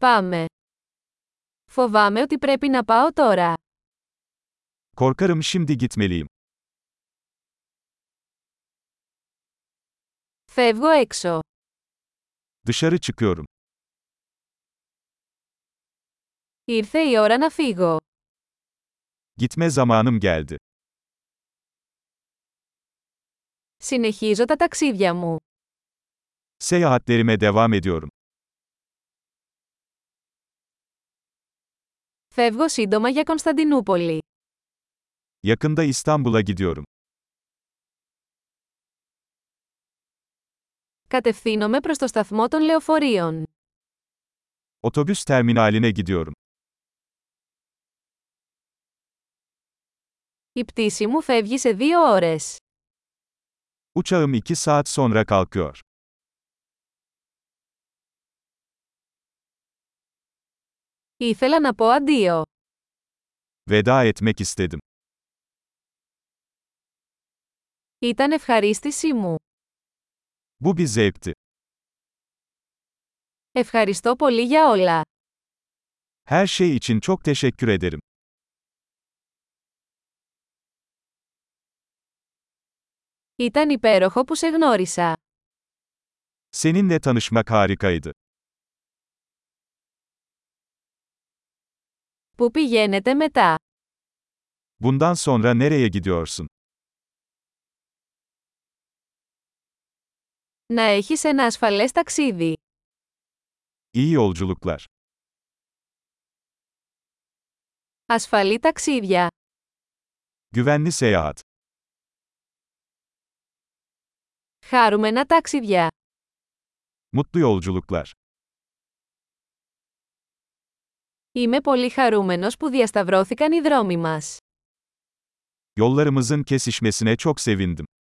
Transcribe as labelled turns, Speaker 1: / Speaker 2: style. Speaker 1: Πάμε. Φοβάμαι ότι πρέπει να πάω τώρα.
Speaker 2: Korkarım şimdi gitmeliyim.
Speaker 1: Φεύγω έξω.
Speaker 2: Dışarı çıkıyorum.
Speaker 1: Ήρθε η ώρα να φύγω.
Speaker 2: Gitme zamanım geldi.
Speaker 1: Συνεχίζω τα ταξίδια μου.
Speaker 2: Seyahatlerime devam ediyorum.
Speaker 1: Φεύγω σύντομα για Κωνσταντινούπολη.
Speaker 2: Yakında İstanbul'a gidiyorum.
Speaker 1: Κατευθύνομαι προς το σταθμό των λεωφορείων.
Speaker 2: Otobüs terminaline gidiyorum.
Speaker 1: Η πτήση μου φεύγει σε δύο ώρες.
Speaker 2: Uçağım 2 saat sonra kalkıyor.
Speaker 1: Ήθελα να πω αντίο.
Speaker 2: Veda etmek istedim.
Speaker 1: Ήταν ευχαρίστησή μου.
Speaker 2: Bu bir zevkti.
Speaker 1: Ευχαριστώ πολύ για όλα.
Speaker 2: Her şey için çok teşekkür ederim.
Speaker 1: Ήταν υπέροχο που σε γνώρισα.
Speaker 2: Seninle tanışmak harikaydı.
Speaker 1: Πού πηγαίνετε μετά.
Speaker 2: Bundan sonra nereye gidiyorsun?
Speaker 1: Να έχεις ένα ασφαλές ταξίδι.
Speaker 2: İyi yolculuklar.
Speaker 1: Ασφαλή ταξίδια.
Speaker 2: Güvenli seyahat.
Speaker 1: Χάρουμενα ταξίδια.
Speaker 2: Mutlu yolculuklar.
Speaker 1: Είμαι πολύ χαρούμενος που διασταυρώθηκαν οι δρόμοι μας.
Speaker 2: Yollarımızın kesişmesine çok sevindim.